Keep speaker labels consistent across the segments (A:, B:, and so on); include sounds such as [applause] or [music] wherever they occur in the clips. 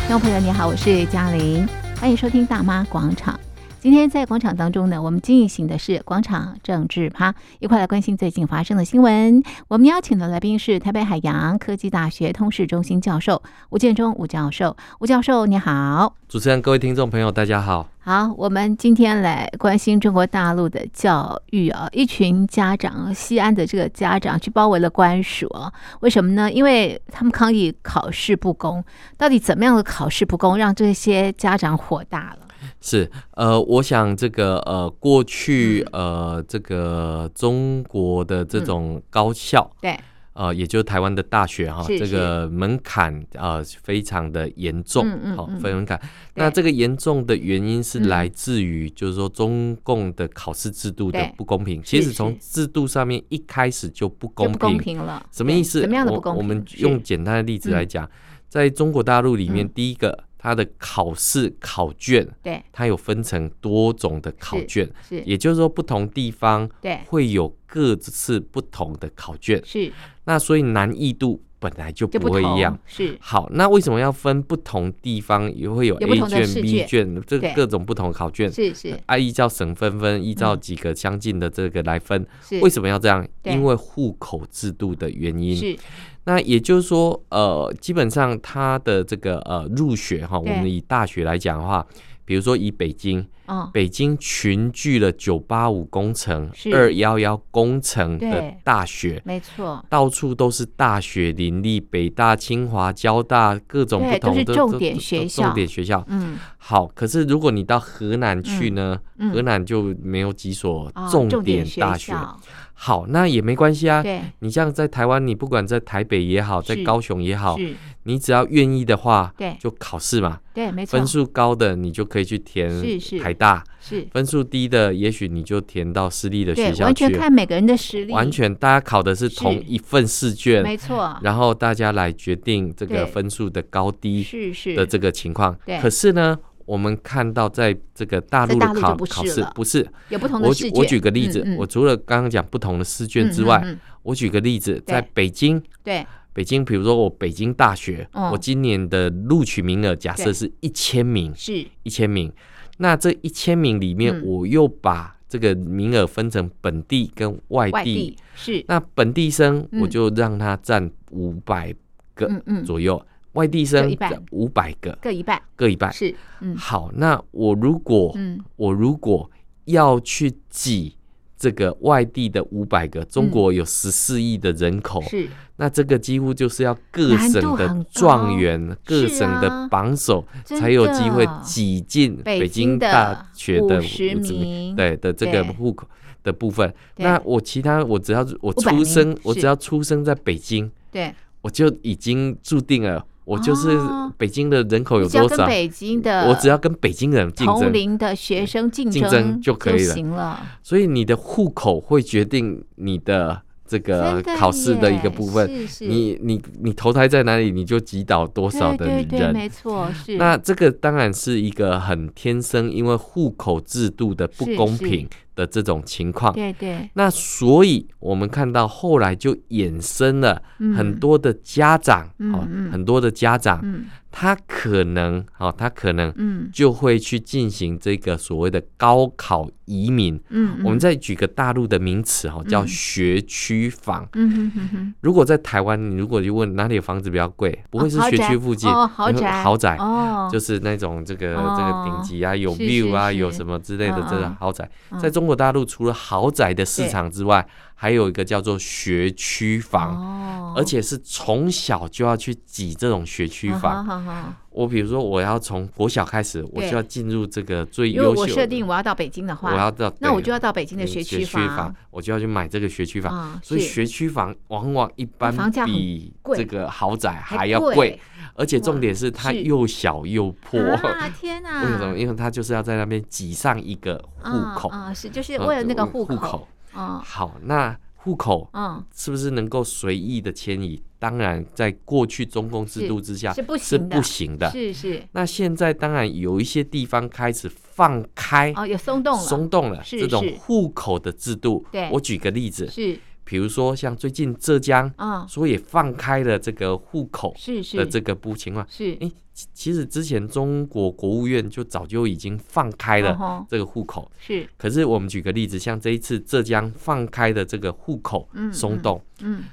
A: 听众朋友，你好，我是嘉玲，欢迎收听《大妈广场》。今天在广场当中呢，我们进行的是广场政治趴，一块来关心最近发生的新闻。我们邀请的来宾是台北海洋科技大学通识中心教授吴建中吴教授。吴教授你好，
B: 主持人、各位听众朋友，大家好。
A: 好，我们今天来关心中国大陆的教育啊，一群家长，西安的这个家长去包围了官署啊，为什么呢？因为他们抗议考试不公，到底怎么样的考试不公让这些家长火大了？
B: 是，呃，我想这个呃，过去
A: 嗯
B: 呃，这个中国的这种高校，
A: 对，
B: 呃，也就是台湾的大学哈，
A: 嗯是
B: 这个门槛呃非常的严重，
A: 嗯嗯
B: 好、
A: 嗯
B: 非常门槛。那这个严重的原因是来自于，就是说中共的考试制度的
A: 对
B: 不公平。其
A: 是
B: 实从制度上面一开始就不
A: 就
B: 公
A: 不
B: 平，
A: 公平了，
B: 什么意
A: 对
B: 思？
A: 怎么样的不公
B: 我
A: 平？
B: 我们
A: 是嗯
B: 用简单的例子来讲，在中国大陆里面，第一个它的考试考卷。
A: 对
B: 它有分成多种的考卷，
A: 是
B: 也就是说不同地方
A: 对
B: 会有各自不同的考卷，
A: 是
B: 那所以难易度本来就
A: 就
B: 不会
A: 同
B: 一样。
A: 是
B: 好，那为什么要分不同地方也会有
A: 有不
B: A
A: 同的
B: 卷、
A: 试
B: B
A: 卷
B: 卷，这
A: 对
B: 个各种不同的考卷？
A: 是是
B: 啊，依照省份分，依照几个相近的这个来分，
A: 是
B: 为什么要这样？
A: 对
B: 因为户口制度的原因。
A: 是
B: 那也就是说，呃，基本上它的这个呃入学哈，我
A: 对
B: 们以大学来讲的话，比如说以北京，
A: 哦
B: 北京群聚了九八五工程、
A: 是
B: 二幺幺工程的
A: 对
B: 大学，
A: 没错，
B: 到处都是大学林立，北大、清华、交大各种
A: 对
B: 不同
A: 都是
B: 的
A: 重点学校
B: 重点学校。
A: 嗯
B: 好，可是如果你到河南去呢，
A: 嗯
B: 河南就没有几所
A: 啊
B: 重
A: 点
B: 点
A: 学
B: 大学。
A: 校
B: 好，那也没关系啊。
A: 对
B: 你像在台湾，你不管在台北也好，在
A: 是
B: 高雄也好，
A: 是
B: 你只要愿意的话，
A: 对
B: 就考试嘛。
A: 对没错
B: 分数高的你就可以去填
A: 是是
B: 台大，
A: 是
B: 分数低的也许你就填到私立的
A: 对
B: 学校
A: 完全
B: 去。
A: 看每个人的实力，
B: 完全大家考的是同一份试卷，
A: 没错
B: 然后大家来决定这
A: 对
B: 个分数的高低
A: 是是
B: 的这个情况
A: 对。
B: 可是呢，我们看到在这个大陆
A: 在大陆
B: 的考
A: 就不是
B: 考试
A: 了
B: 不是，
A: 有不同的
B: 我
A: 视
B: 举
A: 觉。
B: 我举个例子，
A: 嗯嗯
B: 我除了刚刚讲不同的试卷之外，
A: 嗯嗯嗯
B: 我举个例子，在
A: 对
B: 北京，
A: 对
B: 北京，比如说我北京大学，
A: 嗯
B: 我今年的录取名额假
A: 对
B: 设是一千名，
A: 是
B: 一千名，那这一千名里面
A: 嗯，
B: 我又把这个名额分成本地跟外
A: 外
B: 地，
A: 地是
B: 那本地生
A: 嗯
B: 我就让他占五百个
A: 嗯嗯
B: 左右，外地
A: 各
B: 生
A: 一半
B: 五百个，
A: 各一半
B: 各一半。
A: 是嗯
B: 好，那我如果、
A: 嗯
B: 我如果要去挤这个外地的五百个，中
A: 嗯
B: 国有十四亿的人口，
A: 是
B: 那这个几乎就是要各省
A: 难度很
B: 的
A: 高
B: 状元、各
A: 是
B: 省
A: 啊
B: 的榜首、
A: 真
B: 才有机会
A: 的
B: 挤进北京大学的
A: 五十
B: 五子
A: 名
B: 对的这
A: 对
B: 个户口的部分。
A: 对
B: 那我其他我只要我
A: 500
B: 出生
A: 名，
B: 我
A: 是
B: 只要出生在北京，
A: 对，
B: 我就已经注定了，我就是
A: 哦
B: 北京的人口有
A: 只要
B: 多
A: 跟
B: 少，
A: 北京的
B: 我只要跟北京人竞
A: 同
B: 争，
A: 龄的学生竞
B: 竞争
A: 就
B: 就可以了
A: 行了。
B: 所以你的户口会决定你的这个
A: 真的
B: 呃考试的一个
A: 耶
B: 部分。
A: 是是
B: 你你你投胎在哪里，你就击倒多少的
A: 对
B: 人。
A: 对对，没错，是
B: 那这个当然是一个很天生，因为户口制度的不
A: 是
B: 公
A: 是
B: 平的这种情况。
A: 对对
B: 那所以我们看到后来就衍生了很多的家长，
A: 嗯
B: 哦
A: 嗯
B: 很多的家长，
A: 嗯
B: 他可能哦，他可能
A: 嗯
B: 就会去进行这个所谓的高考移民。
A: 嗯，
B: 我们
A: 在
B: 再举个大陆的名词哈、哦，叫
A: 嗯
B: 学区房。
A: 嗯哼哼哼，
B: 如果在台湾，你如果就问哪里的房子比较贵，不会是
A: 哦豪
B: 学
A: 宅
B: 区附近，
A: 哦豪
B: 你会
A: 宅
B: 豪宅
A: 哦，
B: 就是那种这个、这
A: 哦
B: 个顶级啊，有
A: 是
B: view 啊，
A: 是
B: 有
A: 是
B: 什么之类的
A: 嗯
B: 这个
A: 嗯
B: 豪宅，
A: 嗯
B: 在中国大陆除了豪宅的市场之外，还有一个叫做学区房，
A: 哦，
B: 而且是从小就要去挤这种学区
A: 哦
B: 房。
A: 好好好
B: 我比如说，我要从国小开始，我
A: 对
B: 就要进入这个最
A: 如
B: 优
A: 果我
B: 秀
A: 设
B: 的，
A: 定我要到北京的话，
B: 我要到
A: 那我
B: 对
A: 就要到北京的
B: 嗯
A: 学
B: 区
A: 房，
B: 我就要去买这个学区房。
A: 啊，
B: 所以
A: 是
B: 学区房往往一般
A: 房价很
B: 比
A: 贵
B: 这个豪宅还
A: 还
B: 要贵，，而且重
A: 哇
B: 点是它
A: 是
B: 又小又破。
A: 啊，天哪！
B: 为什么？因为他就是要在那边挤上一个户口，
A: 啊啊，是就是
B: 呃
A: 为了那个
B: 户
A: 口，
B: 口。
A: 嗯
B: 好，那户口
A: 嗯，
B: 是不是能够随意的迁移？当然，在过去中共制度之下
A: 是不
B: 是
A: 行的，
B: 不行的。
A: 是是
B: 那现在当然有一些地方开始放开、
A: 哦，有松动了，
B: 松动了
A: 是
B: 这种
A: 是
B: 户口的制度
A: 对。
B: 我举个例子，
A: 是
B: 比比如说像最近浙江，
A: 啊、
B: 说也放开了这个户口
A: 是是
B: 的这个不情况。
A: 是，
B: 诶其其实之前中国国务院就早就已经放开
A: 嗯
B: 了
A: 哼
B: 这个户口，
A: 是，
B: 可是我们举个例子，像这一次浙江放开的这个户口
A: 嗯
B: 松动，
A: 嗯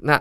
B: 那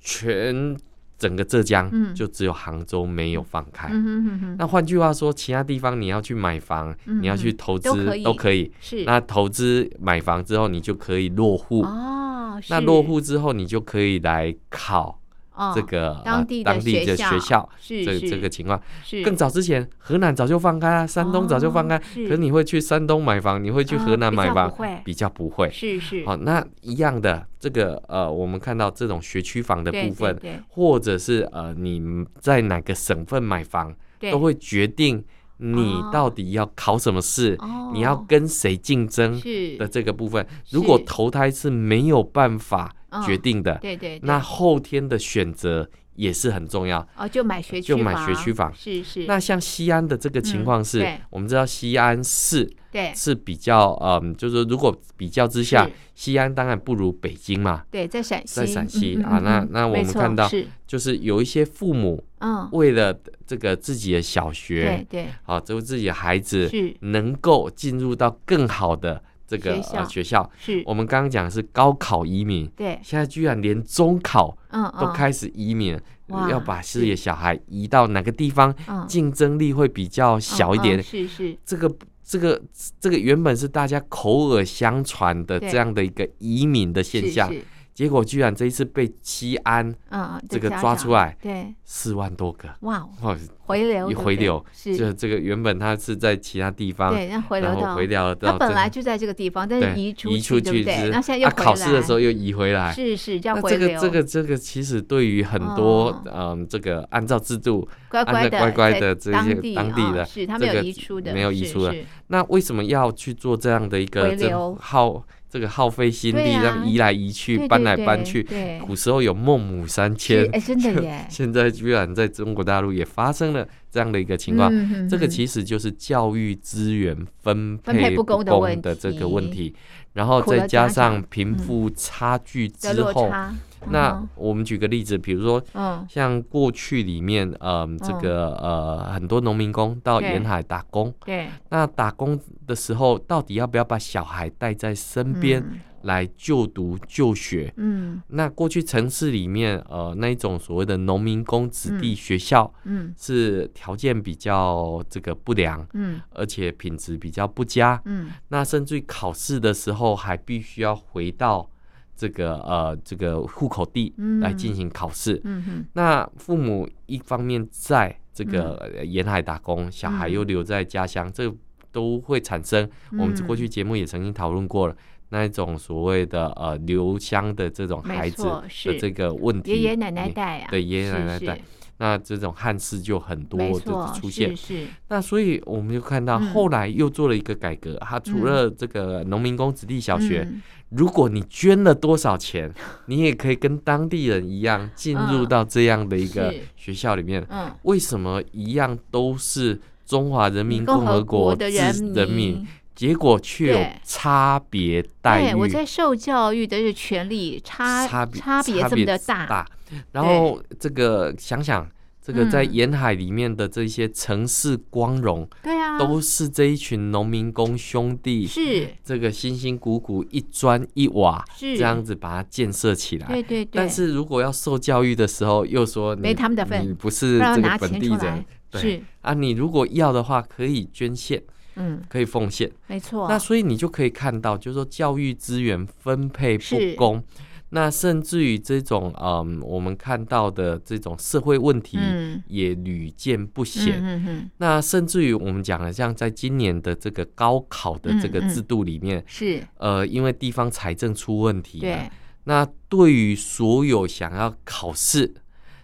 B: 全整个浙江
A: 嗯
B: 就只有杭州没有放开。
A: 嗯哼哼哼，
B: 那换句话说，其他地方你要去买房，
A: 嗯
B: 你要去投资
A: 都可以
B: 都可以。
A: 是
B: 那投资买房之后，你就可以落户。
A: 哦，
B: 那
A: 是
B: 落户之后，你就可以来考
A: 哦
B: 这个、呃
A: 当地的
B: 当地
A: 学
B: 的
A: 校
B: 学校。
A: 是
B: 这
A: 是
B: 这个情况，
A: 是
B: 更早之前，河南早就放开了，山东早就放开。
A: 哦是
B: 可你会去山东买房，你会去
A: 哦
B: 河南
A: 比
B: 买
A: 较
B: 房，
A: 不会
B: 比较不会。
A: 是是
B: 好、那一样的，这个呃，我们看到这种学区房的
A: 对
B: 部分，
A: 对对
B: 或者是呃，你在哪个省份买房，
A: 对
B: 都会决定你
A: 哦
B: 到底要考什么试，
A: 哦
B: 你要跟谁竞争
A: 是
B: 的这个部分。如果投胎是没有办法
A: 嗯
B: 决定的，
A: 对对对
B: 那后天的选择也是很重要。
A: 哦就买学区
B: 就买学区房
A: 是是嗯
B: 那像西安的这个情况是，
A: 对
B: 我们知道西安市
A: 对
B: 是比较，嗯，就是说如果比较之下
A: 是，
B: 西安当然不如北京嘛。
A: 对在陕西
B: 在陕西
A: 嗯嗯
B: 啊
A: 嗯
B: 那
A: 嗯
B: 那我
A: 没
B: 们
A: 错
B: 看到
A: 是
B: 就是有一些父母
A: 嗯
B: 为了这个自己的小
A: 对
B: 学，
A: 对
B: 啊，就是自己的孩子
A: 是
B: 能够进入到更好的这个
A: 学校
B: 呃学校。
A: 是
B: 我们刚刚讲是高考移民，
A: 对
B: 现在居然连中考
A: 嗯嗯
B: 都开始移民，
A: 哇
B: 要把
A: 是
B: 自己的小孩移到哪个地方，
A: 嗯
B: 竞争力会比较小一
A: 嗯嗯
B: 点。
A: 是是
B: 这个这个这个原本是大家口耳相传的
A: 对
B: 这样的一个移民的现
A: 是
B: 象，
A: 是
B: 结果居然这一次被西安
A: 嗯嗯
B: 这
A: 的
B: 个
A: 家
B: 抓
A: 长
B: 出来
A: 对
B: 四万多个，
A: 哇哦
B: 哦，
A: 回流
B: 一
A: 对不
B: 回
A: 对
B: 流
A: 是
B: 这这个原本他是在其他地方，
A: 对那回流
B: 然后
A: 到
B: 回流到
A: 他本
B: 这
A: 来就在这个地方，但
B: 对
A: 是移出
B: 移出
A: 对不
B: 去
A: 对？
B: 之
A: 那现在又
B: 啊
A: 回来。
B: 考试的时候又移回来。
A: 是是这样
B: 那
A: 回
B: 这
A: 流，哦
B: 个这个这个，其实对于很多嗯，这个按照制度，
A: 乖乖的
B: 按照乖乖
A: 在
B: 的这些
A: 当地
B: 当地
A: 啊
B: 的
A: 是他没有
B: 这个
A: 移出的，
B: 没有移
A: 是
B: 出的
A: 是
B: 那为什么要去做这样的一
A: 回
B: 个这
A: 流
B: 耗这个耗费心
A: 对
B: 力，
A: 啊
B: 让移来移去
A: 对，
B: 搬
A: 对
B: 来搬
A: 对
B: 去？ [laughs]
A: 对
B: 古时候有孟母三迁
A: 是，哎，真的耶，
B: 现在居然在中国大陆也发生了这样的一个 [laughs] 情况。
A: 嗯哼
B: 这个
A: 哼
B: 其实就是教育资源分
A: 分配
B: 配
A: 不公的
B: 公
A: 问
B: 的这
A: 题
B: 个问题，然后
A: 苦了
B: 再
A: 家
B: 加
A: 长
B: 上贫富差距
A: 的
B: 之
A: 嗯落
B: 后，
A: 差，哦
B: 那我们举个例子，比如说
A: 嗯哼
B: 像过去里面，嗯、这
A: 嗯
B: 个呃很多农民工到
A: 对
B: 沿海打工，
A: 嗯对
B: 那打工的时候到底要不要把小孩带在身边
A: 嗯
B: 来就读就学？
A: 嗯
B: 那过去城市里面，呃，那一种所谓的农民工子弟学校
A: 嗯
B: 是条件比较这个不良，
A: 嗯
B: 而且品质比较不佳。
A: 嗯
B: 那甚至于考试的时候还必须要回到这个呃这个户口地
A: 嗯
B: 来进行考试。
A: 嗯哼
B: 那父母一方面在这个呃沿海打工，小孩
A: 嗯
B: 又留在家乡，这都会产生我们
A: 嗯
B: 过去节目也曾经讨论过了。那一种所谓的呃留乡的这种
A: 没
B: 孩子
A: 错是
B: 的这个问题，
A: 爷爷奶奶
B: 你
A: 带啊，
B: 对爷爷
A: 是
B: 奶奶带
A: 是，
B: 那这种憾事就很多
A: 没
B: 的
A: 错，
B: 出现。
A: 是是
B: 那所以我们就看到
A: 嗯
B: 后来又做了一个改革，它除了这个农民工子弟小学，
A: 嗯
B: 如果你捐了多少钱，你也可以跟当地人一样进入到这样的一个
A: 嗯是
B: 学校里面。
A: 嗯，
B: 为什么一样都是中华人民
A: 共
B: 共和
A: 国
B: 国
A: 的
B: 自
A: 人
B: 人民，。结果却有
A: 对
B: 差别待
A: 对，我
B: 遇？
A: 在受教育的这权利差
B: 差别
A: 差别这么的大，
B: 然后这个想想，这个
A: 嗯
B: 在沿海里面的这些城市光荣，
A: 对啊，
B: 都是这一群农民工兄弟，
A: 是
B: 这个辛辛苦苦一砖一瓦
A: 是
B: 这样子把它建设起来
A: 对。对对，
B: 但是如果要受教育的时候，又说你
A: 没他们的份
B: 你不是
A: 不然
B: 嗯这
A: 拿
B: 个本
A: 钱
B: 地
A: 出来
B: 人，
A: 是
B: 对啊，你如果要的话，可以捐献，
A: 嗯，
B: 可以奉献。
A: 没错，
B: 那所以你就可以看到，就是说教育资源分配不
A: 是
B: 公，那甚至于这种嗯，我们看到的这种社会问题
A: 嗯
B: 也屡见不鲜。
A: 嗯嗯嗯，
B: 那甚至于我们讲了，像在今年的这个高考的这
A: 嗯
B: 个制度里面，
A: 是
B: 呃，因为地方财政出问题了，
A: 对，
B: 那对于所有想要考试，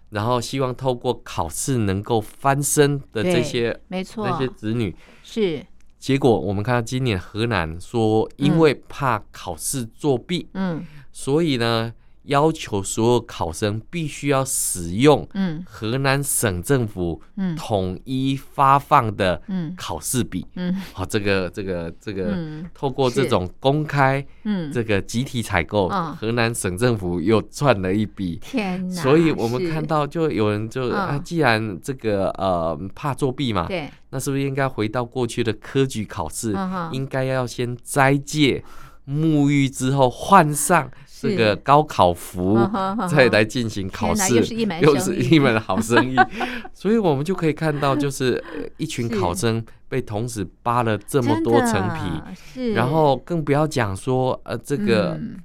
B: 然后希望透过考试能够翻身的
A: 对
B: 这些
A: 没错
B: 那，些子女，
A: 是
B: 结果我们看到今年河南说，因为怕考试作弊，
A: 嗯
B: 所以呢要求所有考生必须要使用
A: 嗯
B: 河南省政府
A: 嗯
B: 统一发放的
A: 嗯
B: 考试笔。
A: 嗯
B: 好、这个这个这个，
A: 嗯
B: 透过这
A: 是
B: 种公开
A: 嗯，
B: 这个集体采购
A: 嗯，
B: 河南省政府又赚了一笔。
A: 天哪！
B: 所以我们
A: 是
B: 看到，就有人就、啊，
A: 嗯
B: 既然这个呃怕作弊嘛，
A: 对，
B: 那是不是应该回到过去的科举考试，
A: 嗯哼
B: 应该要先斋戒、沐浴之后换上这
A: 是
B: 个高考服，
A: 嗯哼嗯哼
B: 再来进行考
A: 天哪
B: 试，
A: 又是一门
B: 又
A: 生
B: [laughs] 是
A: 意
B: 一门好生
A: [laughs]
B: 意。所以我们就可以看到，就是呃一群
A: 是
B: 考生被同时扒了这么
A: 真
B: 多
A: 的
B: 层皮，
A: 是，
B: 然后更不要讲说呃这个
A: 嗯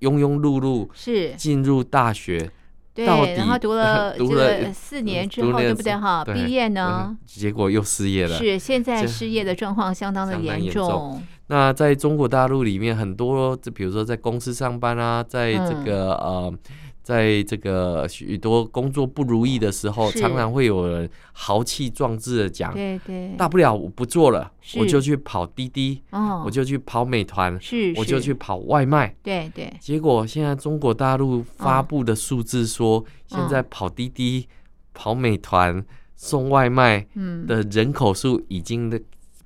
B: 庸庸碌碌
A: 是
B: 进入大学。
A: 对，
B: 到
A: 然后
B: 底
A: 读了
B: [laughs] 读
A: 这
B: 了嗯
A: 个四年之
B: 读
A: 后，
B: 了
A: 对不对哈？
B: 对
A: 毕业呢
B: 嗯，结果又失业了。
A: 是现在
B: 这
A: 失业的状况相当的
B: 相当
A: 严
B: 严重，那在中国大陆里面，很多这比如说在公司上班啊，在这个、
A: 嗯
B: 呃，在这个许多工作不如意的时候，
A: 是
B: 常常会有人豪气壮志的讲，
A: 对对，
B: 大不了我不做了，
A: 是
B: 我就去跑滴滴，
A: 哦，
B: 我就去跑美团，
A: 是
B: 我就是去跑外卖。
A: 对对，
B: 结果现在中国大陆发布的数字说，
A: 嗯
B: 现在跑滴滴、跑美团、送外卖
A: 嗯，
B: 的人口数已经的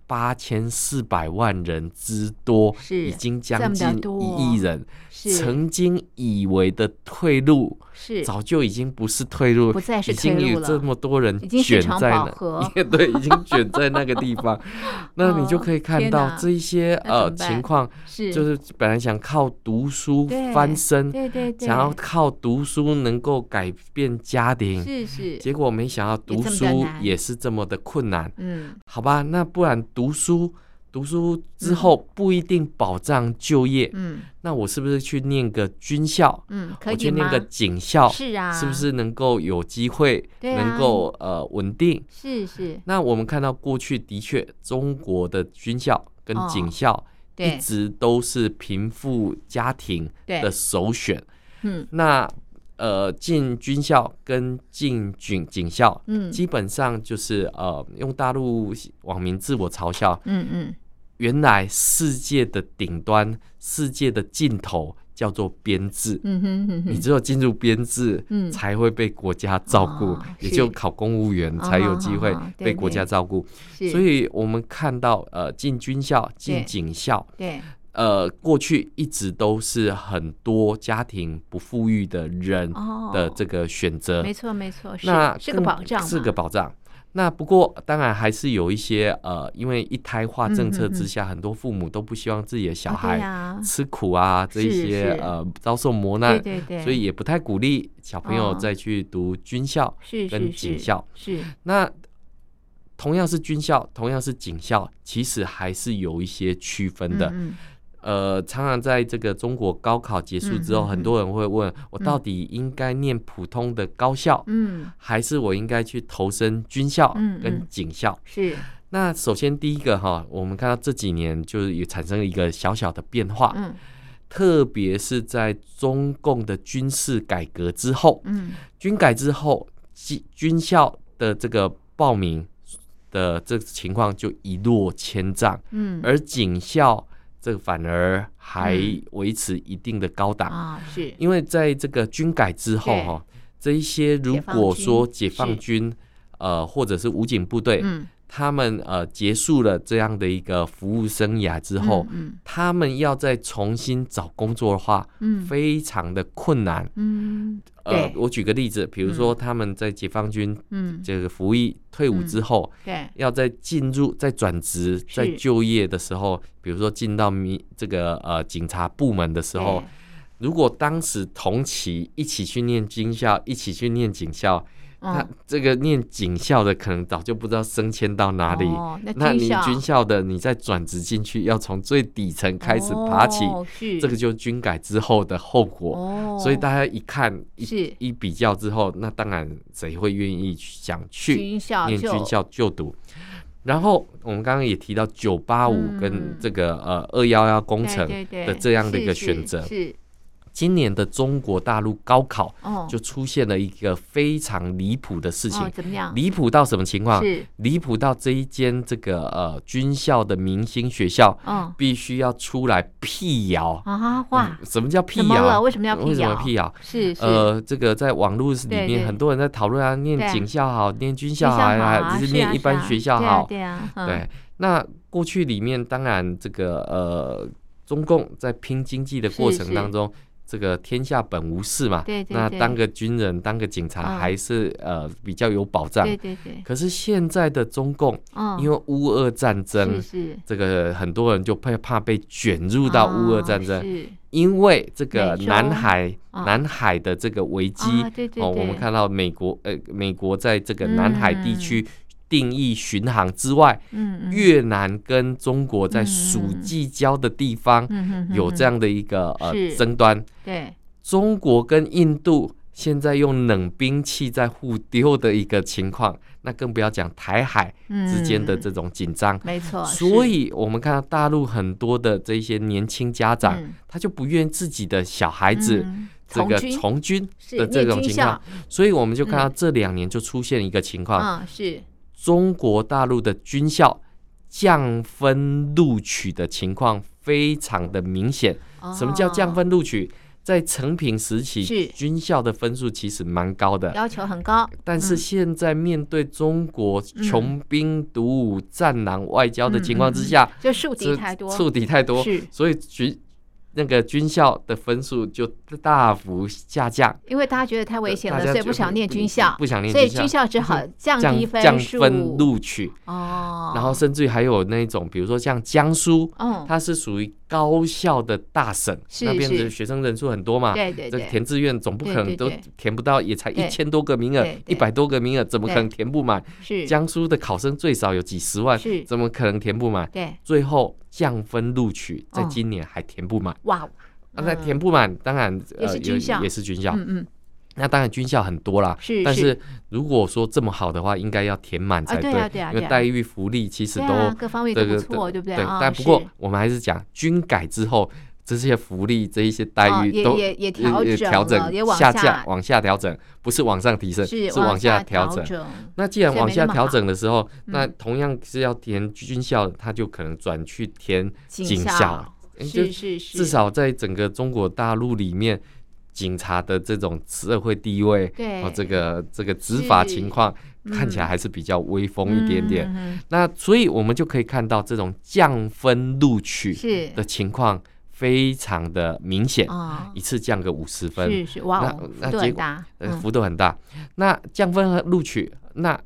B: 八千四百万人之多，
A: 是
B: 已经将
A: 这么
B: 近
A: 的多
B: 一亿人。
A: 是
B: 曾经以为的退路，
A: 是
B: 早就已经不是退路，
A: 不再是
B: 已
A: 退
B: 经
A: 路
B: 有
A: 了
B: 这么多人
A: 已经
B: 卷
A: 是场
B: 在
A: 饱
B: 那，
A: 和
B: [laughs] 对，已经卷在那个地
A: [laughs]
B: 方。那你就可以看
A: 哦天
B: 到
A: 哪
B: 这一些
A: 那怎
B: 呃
A: 么办
B: 情况，
A: 是，
B: [laughs] 就是本来想靠读书
A: 对
B: 翻身，
A: 对对对，
B: 想要靠读书能够改变家庭，
A: 是是，
B: 结果没想到
A: 这
B: 读
A: 么的
B: 书
A: 难
B: 也是这么的困难，
A: 嗯，
B: 好吧？那不然读书，读书之后不一定保障就业，
A: 嗯
B: 那我是不是去念个军校？
A: 嗯，可
B: 我
A: 以
B: 去念
A: 吗？
B: 个警校，
A: 是啊，
B: 是不？是能够有机会，
A: 对啊
B: 能够呃稳定？
A: 是是，
B: 那我们看到过去的确，中国的军校跟
A: 哦
B: 警校一
A: 对，
B: 直都是贫富家庭
A: 对
B: 的首选。
A: 嗯
B: 那呃，进军校跟进警警校，
A: 嗯
B: 基本上就是呃，用大陆网民自我嘲笑，
A: 嗯嗯，
B: 原来世界的顶端，世界的尽头叫做编制。
A: 嗯哼哼
B: 你
A: 哼，
B: 只有进入编制，
A: 嗯
B: 才会被国家照顾，
A: 哦
B: 也
A: 是
B: 就考公务员才有机会
A: 啊哈哈哈对
B: 被国家照顾。
A: 是，
B: 所以，我们看到，呃，进军校、
A: 对
B: 进警校，
A: 对
B: 呃，过去一直都是很多家庭不富裕的人
A: 哦
B: 的这个选择。
A: 没错没错，是
B: 呃那
A: 是个
B: 更
A: 保障嘛，
B: 是个保障。那不过，当然还是有一些呃，因为一胎化政策
A: 嗯嗯嗯
B: 之下，很多父母都不希望自己的小
A: 啊对
B: 孩
A: 呀，
B: 吃苦啊，这一
A: 是
B: 些
A: 是
B: 呃遭受磨
A: 对
B: 难，
A: 对对，
B: 所以也不太鼓励小朋友
A: 哦
B: 再去读军校。
A: 是
B: 跟
A: 是
B: 警
A: 是
B: 校
A: 是，
B: 那同样是军校，同样是警校，其实还是有一些区分的。
A: 嗯嗯
B: 呃，常常在这个中国高考结束之后，
A: 嗯嗯嗯
B: 很多人会问我到底应该念普通的高校，
A: 嗯
B: 还是我应该去投身军校
A: 嗯嗯
B: 跟警校？
A: 是，
B: 那首先第一个哈，我们看到这几年就是也产生了一个小小的变化，
A: 嗯
B: 特别是在中共的军事改革之后，
A: 嗯
B: 军改之后，军军校的这个报名的这个情况就一落千丈，
A: 嗯
B: 而警校这个反而还
A: 嗯
B: 维持一定的高档，
A: 啊是，
B: 因为在这个军改之后
A: 对
B: 哈、这一些如
A: 解放
B: 果
A: 军
B: 说解放
A: 是
B: 军呃或者是武警部队，
A: 嗯
B: 他们呃结束了这样的一个服务生涯之后，
A: 嗯
B: 他们要再重新找工作的话，
A: 嗯
B: 非常的困难。
A: 嗯
B: 呃
A: 对，
B: 我举个例子，比如说他们在解放军
A: 嗯
B: 这个服役退伍之后，
A: 对
B: 要在进入、在转职、在就业的时候，比如说进到民这个呃警察部门的时候
A: 对，
B: 如果当时同期一起去念军校，一起去念警校，他
A: 嗯
B: 这个念警校的可能早就不知道升迁到哪里。
A: 哦那
B: 那你
A: 军
B: 军校的，你再转职进去，要从最底层开始爬起，
A: 哦是
B: 这个就是军改之后的后果。
A: 哦，
B: 所以大家一看一
A: 是
B: 一比较之后，那当然谁会愿意去想去
A: 军校
B: 念
A: 就
B: 军校就读？然后我们刚刚也提到九八五
A: 嗯
B: 跟这个、呃二幺幺工
A: 对
B: 程
A: 对对
B: 的这样的一
A: 是
B: 个
A: 是
B: 选择，
A: 是
B: 今年的中国大陆高考
A: 哦，
B: 就出现了一个非常离谱的事
A: 哦
B: 情，
A: 怎么样？
B: 离谱到什么情况？
A: 是，
B: 离谱到这一间这个呃军校的明星学校
A: 嗯
B: 必须要出来辟谣。
A: 啊，哇，
B: 嗯什么叫辟
A: 怎么了？
B: 谣？
A: 为什么要
B: 为
A: 辟
B: 什么
A: 谣？
B: 辟谣？
A: 是是，
B: 呃，这个在网络
A: 对
B: 里
A: 对
B: 面很多人在讨论啊，念
A: 对啊
B: 警校好，念军
A: 学校
B: 校好，
A: 好
B: 还
A: 啊，
B: 还是
A: 是啊
B: 念一般学校好？
A: 对啊，对啊，嗯
B: 对，那过去里面当然这个呃，中共在拼经济的过
A: 是
B: 程
A: 是
B: 当中，这个天下本无事嘛，
A: 对对
B: 那
A: 对
B: 当个军人、当个警察
A: 嗯
B: 还是、呃比较有保障。
A: 对对对，
B: 可是现在的中共，
A: 嗯，
B: 因为乌俄战争
A: 是，是
B: 这个很多人就怕怕被卷入到乌俄
A: 啊
B: 战争，
A: 是
B: 因为这个
A: 美洲
B: 南海、
A: 啊
B: 南海的这个危机，
A: 啊对对
B: 哦，我们
A: 对
B: 看到美国呃美国在这个南海地
A: 嗯
B: 区定义巡航之外，
A: 嗯嗯
B: 越南跟中国在
A: 嗯
B: 暑
A: 嗯
B: 季交的地方
A: 嗯哼哼
B: 有这
A: 哼
B: 样的一个呃
A: 是
B: 争端，
A: 对
B: 中国跟印度。现在用冷兵器在互丢的一个情况，那更不要讲台海之间的
A: 嗯
B: 这种紧张，
A: 没错，
B: 所
A: 嗯是
B: 以我们看到大陆很多的这些年轻家长，
A: 嗯
B: 他就不愿自己的小孩子、
A: 嗯
B: 这个
A: 从军
B: 从军
A: 是
B: 的这
A: 念
B: 种
A: 军
B: 情况
A: 校，
B: 所以我们就看到
A: 嗯
B: 这两年就出现一个情况：啊
A: 嗯是
B: 中国大陆的军校降分录取的情况非常的明显。什么叫降
A: 哦
B: 分录取？在成品时期
A: 是，嗯
B: 军校的分数其实蛮高的，
A: 要求很高，
B: 但是
A: 嗯
B: 现在面对中国
A: 嗯
B: 穷兵黩武、战狼外交的情况
A: 嗯
B: 之
A: 嗯嗯
B: 下，
A: 就树敌
B: 这
A: 太多，
B: 触底太多，
A: 是
B: 所以军那个军校的分数就大幅下降，
A: 因为大家觉得太危险
B: 大
A: 了，
B: 家
A: 所以不
B: 就
A: 想念军校
B: 不，想念
A: 所以
B: 军
A: 军校只好降
B: 降
A: 低
B: 降
A: 数
B: 分录取，
A: 哦，
B: 然后甚至于还有那种，比如说像江苏，
A: 嗯，
B: 它是属于高校的大省，
A: 是
B: 那边
A: 是
B: 的学生人数很多嘛。
A: 对对
B: 这
A: 对，
B: 填志愿总不可
A: 对
B: 能
A: 对
B: 都
A: 对
B: 填不到，也才
A: 对
B: 一千多个名额
A: 对，
B: 一
A: 对
B: 百多个名额，怎么可能填不满？
A: 是
B: 江苏的考生最少有几十万
A: 是，
B: 怎么可能填不满？
A: 对，
B: 最后降分录取，在
A: 嗯
B: 今年还填不满。
A: 哇，
B: 啊，那填不满，当然呃
A: 也是
B: 有
A: 军校
B: 也是军校。
A: 嗯嗯，
B: 那当然军校很多啦，
A: 是
B: 但
A: 是
B: 是如果说这么好的话，应该要填满才
A: 啊对啊对啊
B: 因
A: 对啊
B: 为待遇福利其实
A: 对
B: 都
A: 啊，各方面都
B: 这
A: 不
B: 个
A: 错，对不对
B: 对
A: 啊？，
B: 但不
A: 是
B: 过我们还是讲军改之后，这些福利这一些
A: 哦
B: 待
A: 也
B: 遇都
A: 也也调
B: 也
A: 整
B: 调
A: 了
B: 整
A: 也往
B: 下
A: 下
B: 降往下调整，不是往上提升，
A: 是
B: 是往下
A: 调
B: 调整。那既然
A: 所以
B: 往
A: 没
B: 下
A: 那么
B: 调
A: 好
B: 整的时候，那
A: 嗯
B: 同样是要填军校，他就可能转去填
A: 警
B: 校，诶就是
A: 是是，
B: 至少在整个中国大陆里面，警察的这种社会地位，
A: 对
B: 哦，这个这个执法
A: 是
B: 情况看起来
A: 嗯
B: 还是比较威风一点点。
A: 嗯嗯
B: 那所以我们就可以看到这种降分录
A: 嗯
B: 取
A: 是
B: 的情况非常的明显，
A: 啊，
B: 一次降个五十分，
A: 是是哇
B: 那
A: 哦，
B: 那
A: 幅度
B: 结
A: 很
B: 果
A: 大，
B: 呃
A: 嗯
B: 幅度很大。那降分和录取，那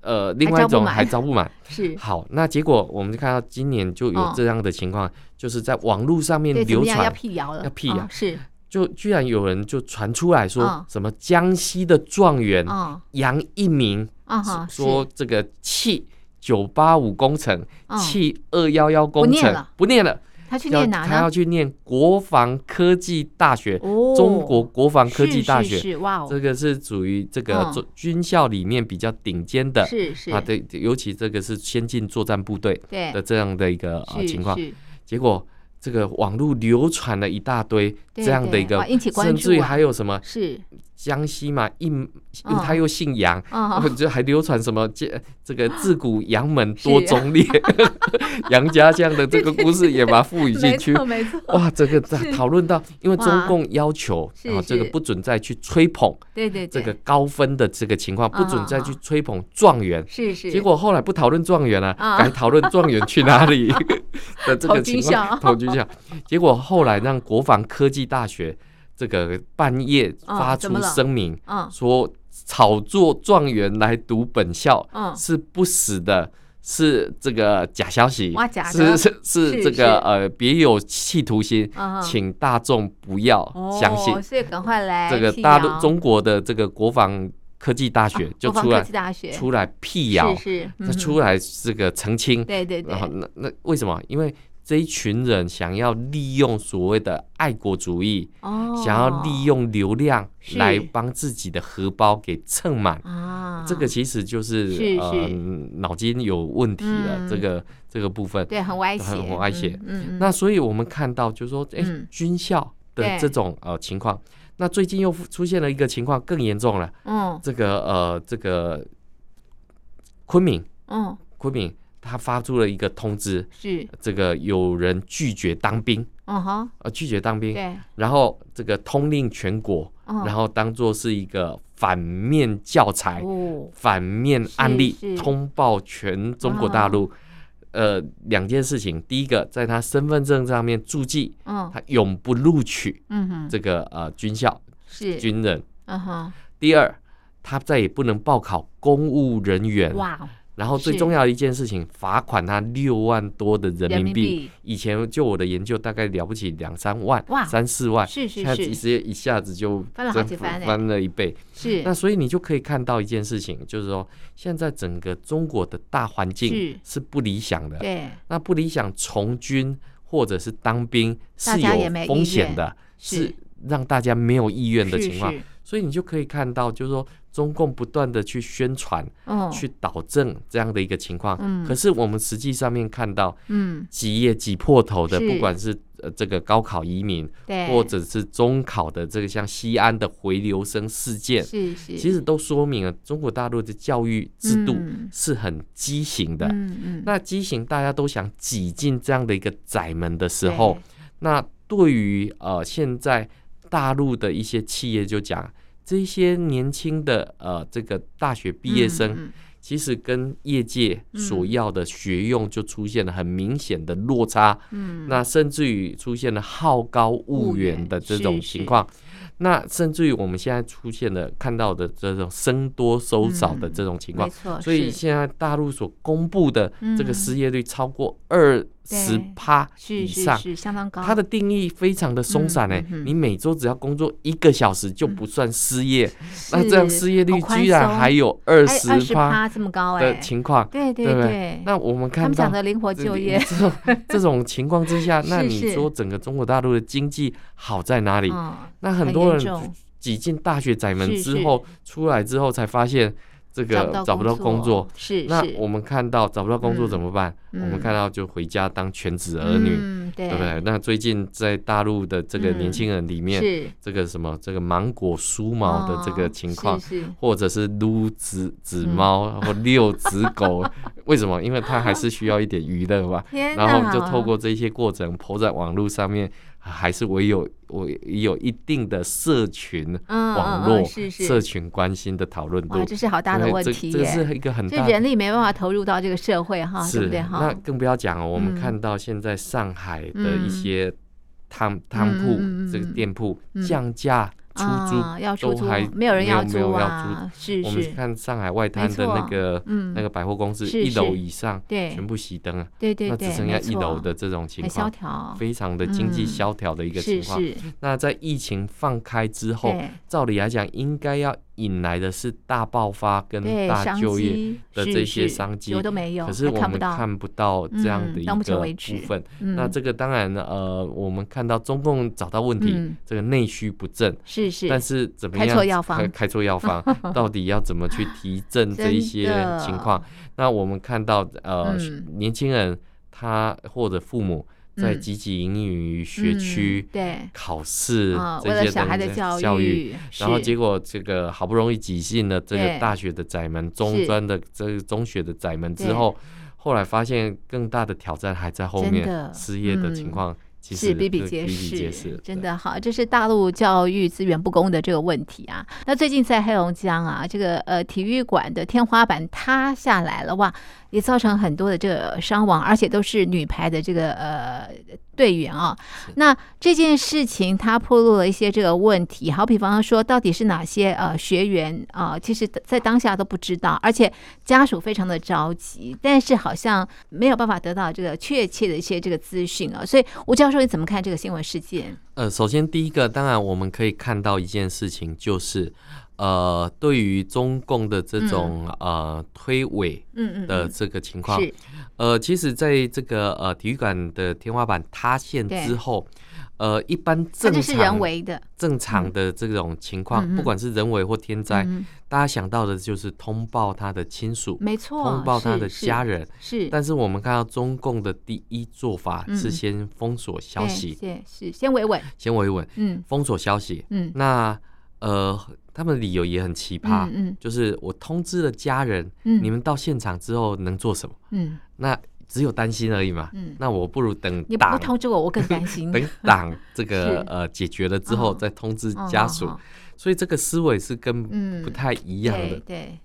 B: 呃，另外
A: 招
B: 一
A: 不
B: 种
A: 满
B: 还招
A: [laughs]
B: 不满。
A: 是
B: 好，那结果我们就看到今年就
A: 哦
B: 有这样的情况，就是在网络上面
A: 对怎
B: 流
A: 么样
B: 传
A: 要，辟谣了，
B: 要辟
A: 啊
B: 谣
A: 是
B: 就居然有人就传出来
A: 嗯
B: 说什么江西的状元
A: 啊
B: 杨一鸣
A: 啊哈，是
B: 说这个弃九八五工程，
A: 嗯
B: 弃二幺幺工
A: 不念
B: 程
A: 了，
B: 不念了，
A: 他去
B: 要
A: 念哪
B: 他要
A: 呢？
B: 去念国防科技大学，
A: 哦
B: 中国国防科技大
A: 是
B: 学，
A: 是是哇
B: 这
A: 哦，
B: 个是属于这个
A: 嗯
B: 做军校里面比较顶尖的
A: 是是
B: 啊，对，尤其这个是先进作战部队
A: 对
B: 的这样的一个呃
A: 是
B: 情况，
A: 是
B: 结果这个网络流传了一大堆
A: 对
B: 这样的
A: 对
B: 一个
A: 哇引起，关
B: 甚至于
A: 注啊
B: 还有什么
A: 是
B: 江西嘛，一
A: 嗯
B: 他又姓杨。
A: 啊
B: [laughs]
A: [laughs]
B: 我就还流传什么这这个自古杨门多
A: 啊
B: 忠烈， [laughs] 杨家将的这个故事也把它赋予进
A: 没
B: 去。
A: 错没错，
B: [laughs] 哇，这个在讨论到，因为中
A: 哇
B: 共要求
A: 是
B: 啊，这个
A: 是
B: 不准再去吹捧
A: 对对
B: 这
A: 对，
B: 个高分的这个情况，不准再
A: 啊
B: 去
A: 啊
B: 吹捧状元。
A: 是是，
B: 结果后来不讨论状元了、
A: 啊
B: 改讨论状元去
A: [laughs]
B: 哪里的这
A: 投
B: 个
A: 军
B: 情况
A: 校，
B: [laughs] 投军校。结果后来让国防科技大学这个半夜
A: 嗯
B: 发
A: 怎么
B: 出
A: 了
B: 声明，
A: 嗯
B: 说炒作状元来读本校
A: 嗯
B: 是不实的。是这个假消息
A: 哇假，的
B: 是是
A: 是
B: 是这
A: 是
B: 个呃别有企图心，
A: 嗯
B: 请大众不要相信
A: 哦，。所以赶快来
B: 这个
A: 辟
B: 大陆
A: 谣
B: 中国的这个国防科技大学
A: 啊
B: 就
A: 国防
B: 出
A: 科
B: 来
A: 技大学
B: 出来辟谣，
A: 是是，嗯
B: 他出来这个澄清，
A: 对对对
B: 然后，那那为什么？因为这一群人想要利用所谓的爱国主义，
A: 哦，
B: 想要利用流量
A: 是
B: 来帮自己的荷包给蹭满。
A: 啊，
B: 这个其实就是
A: 是
B: 呃
A: 是
B: 脑筋有问题了，
A: 嗯
B: 这个这个部分。
A: 对很歪斜，
B: 很歪斜
A: 嗯，嗯嗯
B: 那所以我们看到就是说，哎、
A: 嗯
B: 军校的
A: 对
B: 这种呃情况。那最近又出现了一个情况更严重了，
A: 嗯
B: 这个呃这个昆明
A: 嗯，
B: 昆明他发出了一个通知，
A: 是，
B: 这个有人拒绝当兵，
A: 嗯哼，
B: 呃拒绝当兵，
A: 对，
B: 然后这个通令全国，
A: 嗯，
B: 然后当做是一个反面教材。
A: 哦，
B: 反面案例
A: 是是啊
B: 通报全中国大陆。呃，两件事情，第一个，在他身份证上面注记，
A: 嗯
B: 他永不录取
A: 嗯哼，
B: 这个呃军校
A: 是，
B: 军人；
A: 嗯哼，
B: 第二，他再也不能报考公务人员。
A: 哇，
B: 然后最
A: 是
B: 重要的一件事情，罚款他六万多的人
A: 人
B: 民
A: 民
B: 币。
A: 币
B: 以前就我的研究，大概了不起两三万
A: 哇、
B: 三四万，
A: 是是
B: 现在
A: 是
B: 直接一下子就
A: 翻了好几
B: 增
A: 番欸
B: 翻了一倍。那
A: 是
B: 所以你就可以看到一件事情，就是说现在整个中国的大环
A: 是
B: 境是不理想的。
A: 对，
B: 那不理想从军或者是当兵
A: 大
B: 是
A: 家也
B: 有
A: 没意
B: 风险
A: 愿
B: 的，
A: 是
B: 是让大家没有意愿的
A: 是
B: 情况。
A: 是，
B: 所以你就可以看到，就是说中共不断的去宣传、
A: 嗯
B: 去导正这样的一个情况。
A: 嗯
B: 可是我们实际上面看到
A: 嗯，
B: 挤也挤破头的，
A: 是
B: 不管是呃这个高考移民，
A: 对，
B: 或者是中考的这个像西安的回流生事件，
A: 是是，
B: 其实都说明了中国大陆的教育制度
A: 嗯
B: 是很畸形的。
A: 嗯嗯，
B: 那畸形，大家都想挤进这样的一个窄门的时
A: 对
B: 候，那对于呃现在大陆的一些企业就讲，这些年轻的呃这个大学毕业
A: 嗯
B: 生，
A: 嗯
B: 其实跟业界所要的学用就出现了很明显的落差。
A: 嗯，
B: 那甚至于出现了好高骛远的这种情况。那甚至于我们现在出现了看到的这种僧多粥少的这种情
A: 嗯
B: 况
A: 没，错，
B: 所以
A: 是
B: 现在大陆所公布的这个
A: 嗯
B: 失业率超过二十
A: 对
B: 趴
A: 是
B: 以
A: 是
B: 上。
A: 是相当高，
B: 它的定义非常的松散呢、欸
A: 嗯嗯嗯
B: 你每周只要工作一个小时就不算失业，那这样
A: 是
B: 失业率
A: 好宽
B: 居然
A: 松
B: 还有二
A: 还
B: 十
A: 有20%
B: 趴
A: 这么高哎
B: 的，情况，
A: 对对
B: 对不
A: 对，
B: 那我们
A: 他
B: 看
A: 们
B: 到
A: 讲的灵活
B: 这
A: 就
B: 里
A: 业，
B: 呃这
A: [laughs]
B: 种这种情况之下，那
A: 是
B: 你
A: 是
B: 说整个中国大陆的经济好在哪里？
A: 嗯，
B: 那
A: 很
B: 很多
A: 严
B: 人
A: 重
B: 挤进大学窄门
A: 是
B: 之
A: 是
B: 后，出来之后才发现这个找不到工作。，
A: 是
B: 那
A: 是
B: 我们看到找不到工作
A: 嗯
B: 怎么办？我
A: 嗯
B: 们看到就回家当全职儿女，
A: 嗯，对
B: 对不对？那最近在大陆的这个年
A: 嗯
B: 轻人里面，
A: 是
B: 这个什么这个芒果梳毛的这
A: 哦
B: 个情况，
A: 是是
B: 或者是撸纸纸
A: 嗯
B: 猫或遛纸狗， [laughs] 为什么？因为它还是需要一点娱乐嘛。
A: 天
B: 然后就
A: 哪
B: 透过这些过程，抛在网络上面，啊还是我有我有一定的社群
A: 嗯
B: 网
A: 嗯
B: 络、
A: 嗯是
B: 社
A: 是，
B: 群关心的讨论
A: 哇，
B: 度，
A: 这是好大的
B: 对
A: 问
B: 这
A: 题
B: 这
A: 耶，
B: 是一个很
A: 这
B: 大
A: 人力没办法投入到这个社会哈，对
B: 是
A: 不对哈
B: 那？更不要讲哦，我们
A: 嗯
B: 看到现在上海的
A: 嗯
B: 一些汤汤铺
A: 嗯嗯嗯
B: 这个
A: 嗯
B: 店铺
A: 嗯
B: 降价出租
A: 啊，要出
B: 都
A: 租
B: 还，
A: 没有人要
B: 没有
A: 租
B: 没有要
A: 啊，是
B: 我
A: 是
B: 们，看上海外滩的那个
A: 嗯
B: 那，个百货公司，
A: 是
B: 一楼
A: 是
B: 以上
A: 对
B: 全部熄灯啊，
A: 对对
B: 那
A: 对，
B: 只剩
A: 没
B: 下一楼
A: 错啊
B: 的这种情
A: 很萧
B: 况，
A: 条，
B: 非常的经济
A: 嗯
B: 萧条的一个情
A: 是
B: 况。
A: 是，
B: 那在疫情放开之后，
A: 对
B: 照理来讲，应该要引来的是大爆发跟
A: 对，
B: 大
A: 商
B: 就业，
A: 机
B: 的
A: 是
B: 这些
A: 是
B: 商机
A: 有都没有，
B: 可是
A: 还
B: 我
A: 看
B: 们
A: 不到，
B: 看不到这样
A: 嗯
B: 的一
A: 到目前
B: 个
A: 为止
B: 部分。
A: 嗯，
B: 那这个当然，呃，我们看到中共找到问题
A: 嗯，
B: 这个内需不振，
A: 是是，
B: 但是怎么样
A: 开错药方
B: 开开错药方，
A: [laughs]
B: 到底要怎么去提振这一些
A: 真的
B: 情况？那我们看到呃，
A: 嗯
B: 年轻人他或者父母在
A: 嗯
B: 积极营于学
A: 嗯
B: 区、
A: 对，
B: 考试、
A: 啊，为
B: 这
A: 了
B: 些
A: 小孩
B: 东
A: 的
B: 西
A: 教
B: 教育。
A: 育，
B: 然后
A: 是
B: 结果这个好不容易挤进了这
A: 对
B: 个大学的窄门、中
A: 是
B: 专的这个中学的窄门之
A: 对
B: 后，后来发现更大的挑战还在后
A: 真
B: 面
A: 的，
B: 失业的情
A: 嗯
B: 况其实
A: 是比比
B: 对
A: 皆
B: 比比皆
A: 是，真
B: 对
A: 的好，这是大陆教育资源不公的这个问题啊。那最近在黑龙江啊，这个呃体育馆的天花板塌下来了，哇，也造成很多的这个伤亡，而且都是女排的这个呃队员啊。那这件事情它暴露了一些这个问题，好比方说，到底是哪些呃学员啊、呃其实在当下都不知道，而且家属非常的着急，但是好像没有办法得到这个确切的一些这个资讯啊。所以吴教授，你怎么看这个新闻事件？
B: 呃，首先第一个，当然我们可以看到一件事情，就是呃，对于中共的这种、呃推诿
A: 嗯嗯，
B: 的
A: 嗯
B: 这个情况，
A: 是
B: 呃，其实在这个呃体育馆的天花板塌陷之后，呃，一般
A: 它
B: 正
A: 就是人
B: 常
A: 为的，
B: 正常的这种情况，
A: 嗯嗯
B: 不管是人为或天灾，
A: 嗯
B: 大家想到的就是通报他的亲属，
A: 没错，
B: 通报他
A: 是
B: 的
A: 哦是
B: 家人。
A: 是
B: 但是我们看到中共的第一做法
A: 嗯
B: 是
A: 嗯
B: 先封锁消
A: 对
B: 息，
A: 是是先维稳，
B: 先维稳，
A: 嗯
B: 封锁消息。
A: 嗯，
B: 那呃，他们的理由也很奇葩，
A: 嗯嗯
B: 就是我通知了家人，
A: 嗯，
B: 你们到现场之后能做什么？
A: 嗯
B: 那只有担心而已嘛。
A: 嗯，
B: 那我不如等
A: 你不
B: 党
A: 通知我，我更担心。
B: 等党这个
A: [laughs] 是
B: 呃解决了之后
A: 哦
B: 再通知
A: 哦
B: 家
A: 好
B: 属，
A: 好
B: 所以这个思维是跟
A: 嗯，
B: 不太一
A: 一
B: 样的。
A: 对对，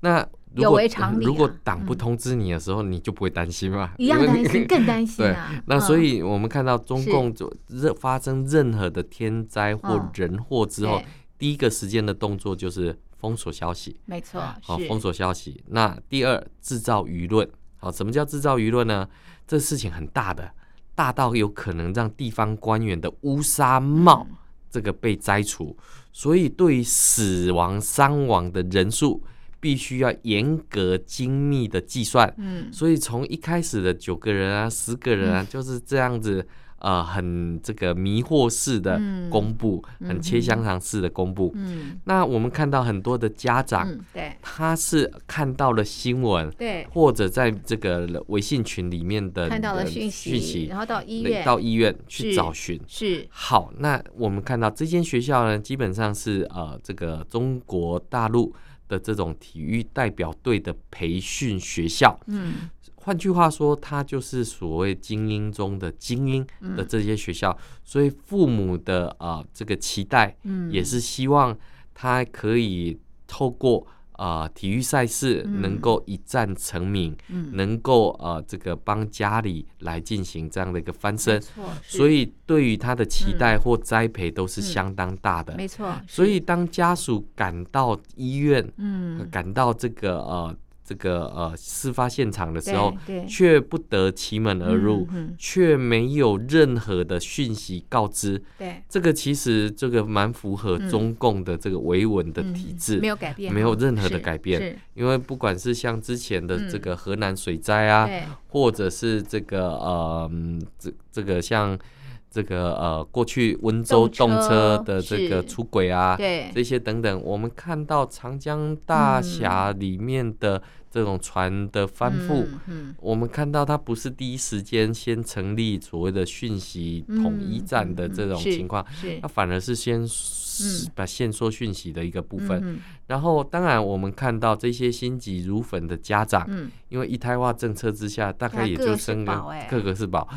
B: 那如
A: 有
B: 果
A: 违常理
B: [laughs] 如果
A: 啊
B: 党不
A: 嗯
B: 通知你的时候，你就不会担心嘛？
A: 一样
B: 因为
A: 担
B: [laughs] 你
A: 心，。更担心
B: 对
A: 啊。
B: 那所
A: 嗯
B: 以我们看到中
A: 是
B: 共就任发生任何的天灾或
A: 嗯
B: 人祸之后
A: 对，
B: 第一个时间的动作就是封锁消息，
A: 嗯没错，
B: 啊好、
A: 是
B: 封锁消息。那第二，制造舆论。好、什么叫制造舆论呢？这事情很大的，大到有可能让地方官员的乌纱帽
A: 嗯
B: 这个被摘除，所以对于死亡、伤亡的人数，必须要严格精密的计算。
A: 嗯，
B: 所以从一开始的九个人啊、十个人啊，就是这样子，呃，很这个迷惑式的
A: 嗯
B: 公布，
A: 嗯
B: 很
A: 哼
B: 切香肠式的公布。
A: 嗯
B: 那我们看到很多的家长，
A: 嗯，对
B: 他是看到了新闻，
A: 对，
B: 或者在这个微信群里面的
A: 看到了
B: 的
A: 讯
B: 息，
A: 息，然后到医院
B: 到医院去
A: 是
B: 找寻。
A: 是
B: 好，那我们看到这间学校呢，基本上是呃这个中国大陆的这种体育代表队的培训学校。
A: 嗯
B: 换句话说，它就是所谓精英中的精英的
A: 嗯
B: 这些学校，所以父母的啊、呃这个期待
A: 嗯
B: 也是希望他可以透过啊、呃体育赛事
A: 嗯
B: 能够一战成名，
A: 嗯，
B: 能够呃这个帮家里来进行这样的一个翻身
A: 没，错，是嗯
B: 所以对于他的期待或栽培都是相当大的。
A: 没错，
B: 所
A: 是
B: 以当家属赶到医院，
A: 嗯，
B: 赶到这个呃这个呃事发现场的时候，
A: 对对
B: 却不得其门而入，
A: 嗯嗯
B: 却没有任何的讯息告知。
A: 对
B: 这个其实这个蛮符合
A: 嗯
B: 中共的这个维稳的
A: 嗯
B: 体制，
A: 没有改变啊，
B: 没有任何的
A: 是
B: 改变
A: 是
B: 因为不管是像之前的
A: 嗯
B: 这个河南水灾啊，
A: 对
B: 或者是这个呃嗯这这个像这个呃过去温州
A: 动
B: 动
A: 车
B: 车的这
A: 是
B: 个出轨啊，
A: 对
B: 这些等等，我们看到长江大峡里面的这种船的翻覆，
A: 嗯嗯
B: 我们看到它不是第一时间先成立所谓的讯息统一站的这种
A: 嗯嗯嗯是
B: 情况，
A: 是
B: 它反而是先把线索讯息的一个部分。
A: 嗯
B: 然后，当然我们看到这些心急如焚的家长，
A: 嗯
B: 因为一胎化政策之下，大
A: 对啊
B: 概也
A: 各
B: 就
A: 个是
B: 生个
A: 宝欸
B: 各个是宝。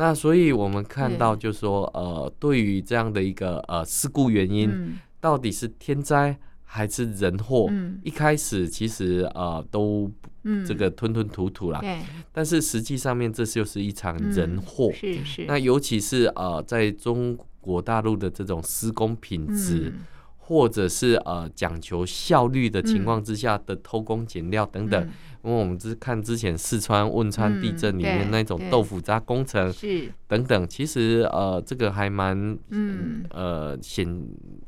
B: 那所以我们看到，就说呃，对于这样的一个呃事故原因，
A: 嗯
B: 到底是天灾还是人祸？
A: 嗯
B: 一开始其实呃都
A: 嗯
B: 这个啊吞吞吐吐啦，
A: 对
B: 但是实际上面这就是一场人
A: 嗯
B: 祸。
A: 是是
B: 那尤其是呃在中国大陆的这种施工品质。
A: 嗯
B: 或者是呃讲求效率的情况之下的偷工减料等等，
A: 嗯
B: 因为我们之看之前四川汶川地震里面
A: 嗯对
B: 那种
A: 对
B: 豆腐渣工程
A: 嗯是
B: 等等，其实呃这个还蛮
A: 嗯
B: 呃显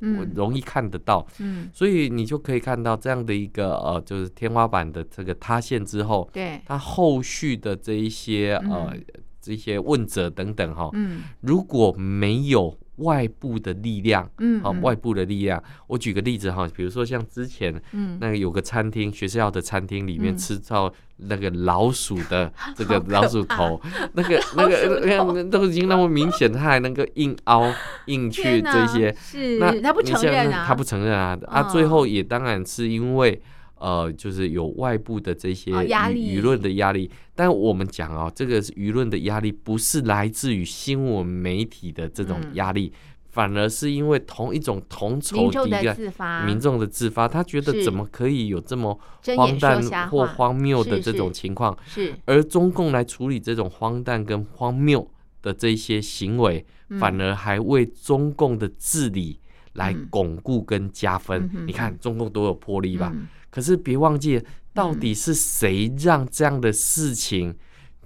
A: 嗯
B: 容易看得到，
A: 嗯
B: 所以你就可以看到这样的一个呃就是天花板的这个塌陷之后，
A: 对
B: 它后续的这一些呃
A: 嗯
B: 这些问责等等哈，
A: 嗯
B: 如果没有外部的力量。
A: 嗯
B: 好、
A: 嗯
B: 外部的力量。我举个例子哈，比如说像之前
A: 嗯
B: 那个有个餐厅，学校的餐厅里面
A: 嗯
B: 吃到那个老鼠的
A: [laughs]
B: 这个
A: 好可
B: 老鼠头，那个那个那
A: 头
B: 个都已经那么明显，他还能够硬凹硬去
A: 天哪
B: 这些，
A: 是
B: 那
A: 他不
B: 你
A: 承
B: 想
A: 认
B: 想
A: 啊，嗯
B: 他不承认啊，啊，最后也当然是因为。呃，就是有外部的这些
A: 哦压
B: 舆
A: 力
B: 舆论的压力，但我们讲哦，这个是舆论的压力不是来自于新闻媒体的这种
A: 嗯
B: 压力，反而是因为同一种同仇
A: 民
B: 敌
A: 众的
B: 忾，
A: 自发，
B: 民众的自发，他觉得
A: 是
B: 怎么可以有这么
A: 睁
B: 荒
A: 眼说
B: 诞
A: 瞎话，
B: 或荒谬的
A: 是
B: 这种
A: 是
B: 情况，
A: 是
B: 而中共来处理这种荒诞跟荒谬的这些行为，
A: 嗯
B: 反而还为中共的治理来
A: 嗯
B: 巩固跟加分。
A: 嗯哼
B: 你看中共多有魄力吧？
A: 嗯
B: 可是别忘记，到底是谁让这样的事情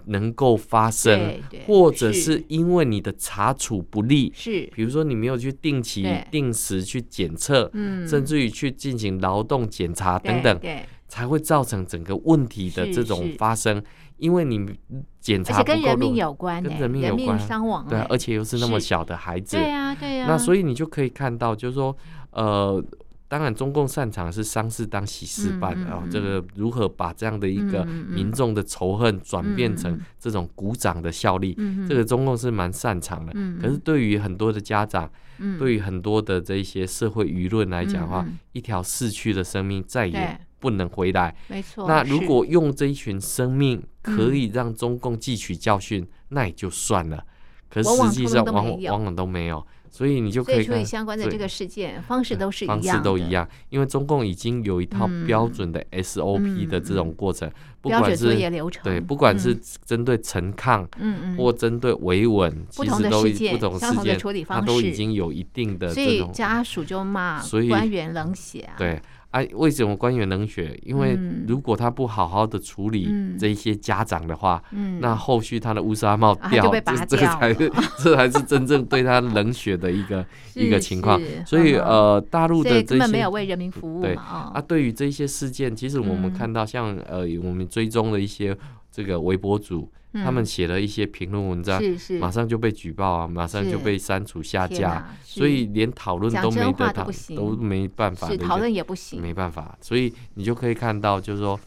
B: 能够发生，
A: 对对，
B: 或者是因为你的查处不力？
A: 是
B: 比如说你没有去定期
A: 对、
B: 定时去检测，
A: 嗯
B: 甚至于去进行劳动检查等
A: 对
B: 等，
A: 对
B: 才会造成整个问题的
A: 是
B: 这种
A: 是
B: 发生。因为你检
A: 而
B: 查
A: 且
B: 不
A: 跟
B: 够
A: 人命
B: 多，
A: 有关、欸，
B: 跟人命有关
A: 伤亡、欸，
B: 对啊，而且又是那么
A: 是
B: 小的孩子，
A: 对啊，对啊。
B: 那所
A: 以
B: 以你就可以看到，就是说，呃，当然中共擅长是丧事当喜事办，
A: 嗯嗯
B: 然后、
A: 嗯
B: 这个如何把这样的一个
A: 嗯嗯嗯
B: 民众的仇恨转变
A: 嗯
B: 成
A: 嗯嗯
B: 这种鼓掌的效力，
A: 嗯
B: 这个中共是蛮擅长的。
A: 嗯，
B: 可是对于很多的家长，
A: 嗯
B: 对于很多的这一些社会舆论来讲的话，
A: 嗯嗯
B: 一条逝去的生命再
A: 对
B: 也不能回来。
A: 没错。
B: 那如
A: 哦是
B: 果用这一群生命可
A: 嗯
B: 以让中共汲取教训，那也就算了。可是
A: 往往
B: 实际
A: 通
B: 上
A: 通都
B: 往
A: 没
B: 往
A: 有
B: 往往都没有，所以你就
A: 所
B: 可
A: 以
B: 以
A: 处
B: 看
A: 理相关的
B: 对
A: 这个事件方式都是一
B: 方
A: 样，
B: 式都一，样，因为中共已经有一套
A: 嗯
B: 标准的 SOP
A: 嗯
B: 的这种过程，不
A: 标
B: 管
A: 准作
B: 是
A: 业流程。
B: 对，不管是针对陈抗
A: 嗯嗯，
B: 或针对维稳，
A: 不
B: 其
A: 同
B: 实
A: 的
B: 都
A: 事
B: 已不
A: 件
B: 同
A: 相
B: 事
A: 同的
B: 件
A: 处理，
B: 它
A: 方
B: 都已
A: 式
B: 经有一定的
A: 所
B: 这
A: 以
B: 种
A: 家属就骂
B: 所以
A: 官员冷血啊。
B: 对。啊，为什么官员能选？因为
A: 嗯
B: 如果他不好好的处理
A: 嗯
B: 这一些家长的话，
A: 嗯，
B: 那后续他的乌纱帽
A: 啊
B: 掉，
A: 就被拔
B: 这这
A: 掉
B: 才是 [laughs] 这才是真正对他冷血的一
A: [laughs]
B: 个一个
A: 是
B: 情况
A: 是。
B: 所以
A: 嗯
B: 呃，大陆
A: 所
B: 的
A: 以
B: 这
A: 根本没
B: 些
A: 有为人民服务
B: 对
A: 嘛啊
B: 啊，对于这些事件，其实我
A: 嗯
B: 们看到像、呃，我们追踪的一些这个微博主，他们写了一些评论文章，
A: 嗯是是
B: 马上就被举报啊，马上
A: 是
B: 就被删除下
A: 天
B: 架，
A: 哪
B: 所以
A: 是
B: 连讨论
A: 讲
B: 都
A: 真
B: 没
A: 话
B: 得
A: 都
B: 讨
A: 不，行
B: 都没办法，
A: 是
B: 对不
A: 讨
B: 对
A: 论也不行，
B: 没办法，所以你就可以看到，就是说，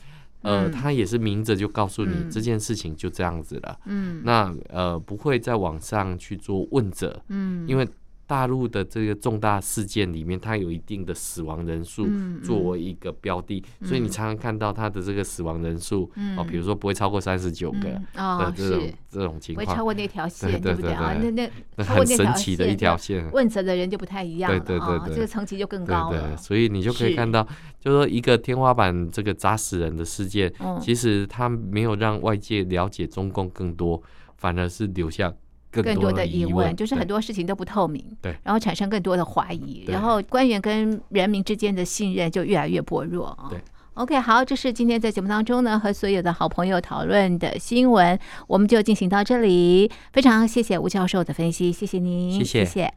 B: 呃，
A: 嗯
B: 他也是明着就告诉你、
A: 嗯
B: 这件事情就这样子了，
A: 嗯
B: 那呃不会在网上去做问责，
A: 嗯，
B: 因为大陆的这个重大事件里面，它有一定的死亡人数
A: 嗯嗯嗯
B: 作为一个标的，所以你常常看到它的这个死亡人数、哦，比如说不会超过三十九个
A: 嗯
B: 的
A: 哦
B: 这种、
A: 是。
B: 这种情
A: 不会超
B: 况，
A: 过那条线，
B: 对对
A: 不对
B: 对
A: 啊？那
B: 对 [laughs]
A: 那
B: 那
A: 超过
B: 很
A: 那
B: 神
A: 条
B: 奇的一
A: 线
B: 条线。
A: 问责的人就不太一样
B: 对
A: 了
B: 对对
A: 啊，
B: 对
A: 这个层级就更
B: 对
A: 高
B: 对，
A: 了。
B: 所以你就可以
A: 是
B: 看到，就说一个天花板这个砸死人的事件，
A: 嗯
B: 其实它没有让外界了解中共更多，反而是留下更
A: 更多的疑
B: 疑
A: 问，就是
B: 对
A: 很多事情都不透明，
B: 对
A: 然后产生更多的怀疑，
B: 对
A: 然后官员跟人民之间的信任就越来越薄弱啊。
B: 对
A: OK，好，这是今天在节目当中呢和所有的好朋友讨论的新闻，我们就进行到这里。非常谢谢吴教授的分析，谢谢您，
B: 谢谢
A: 谢谢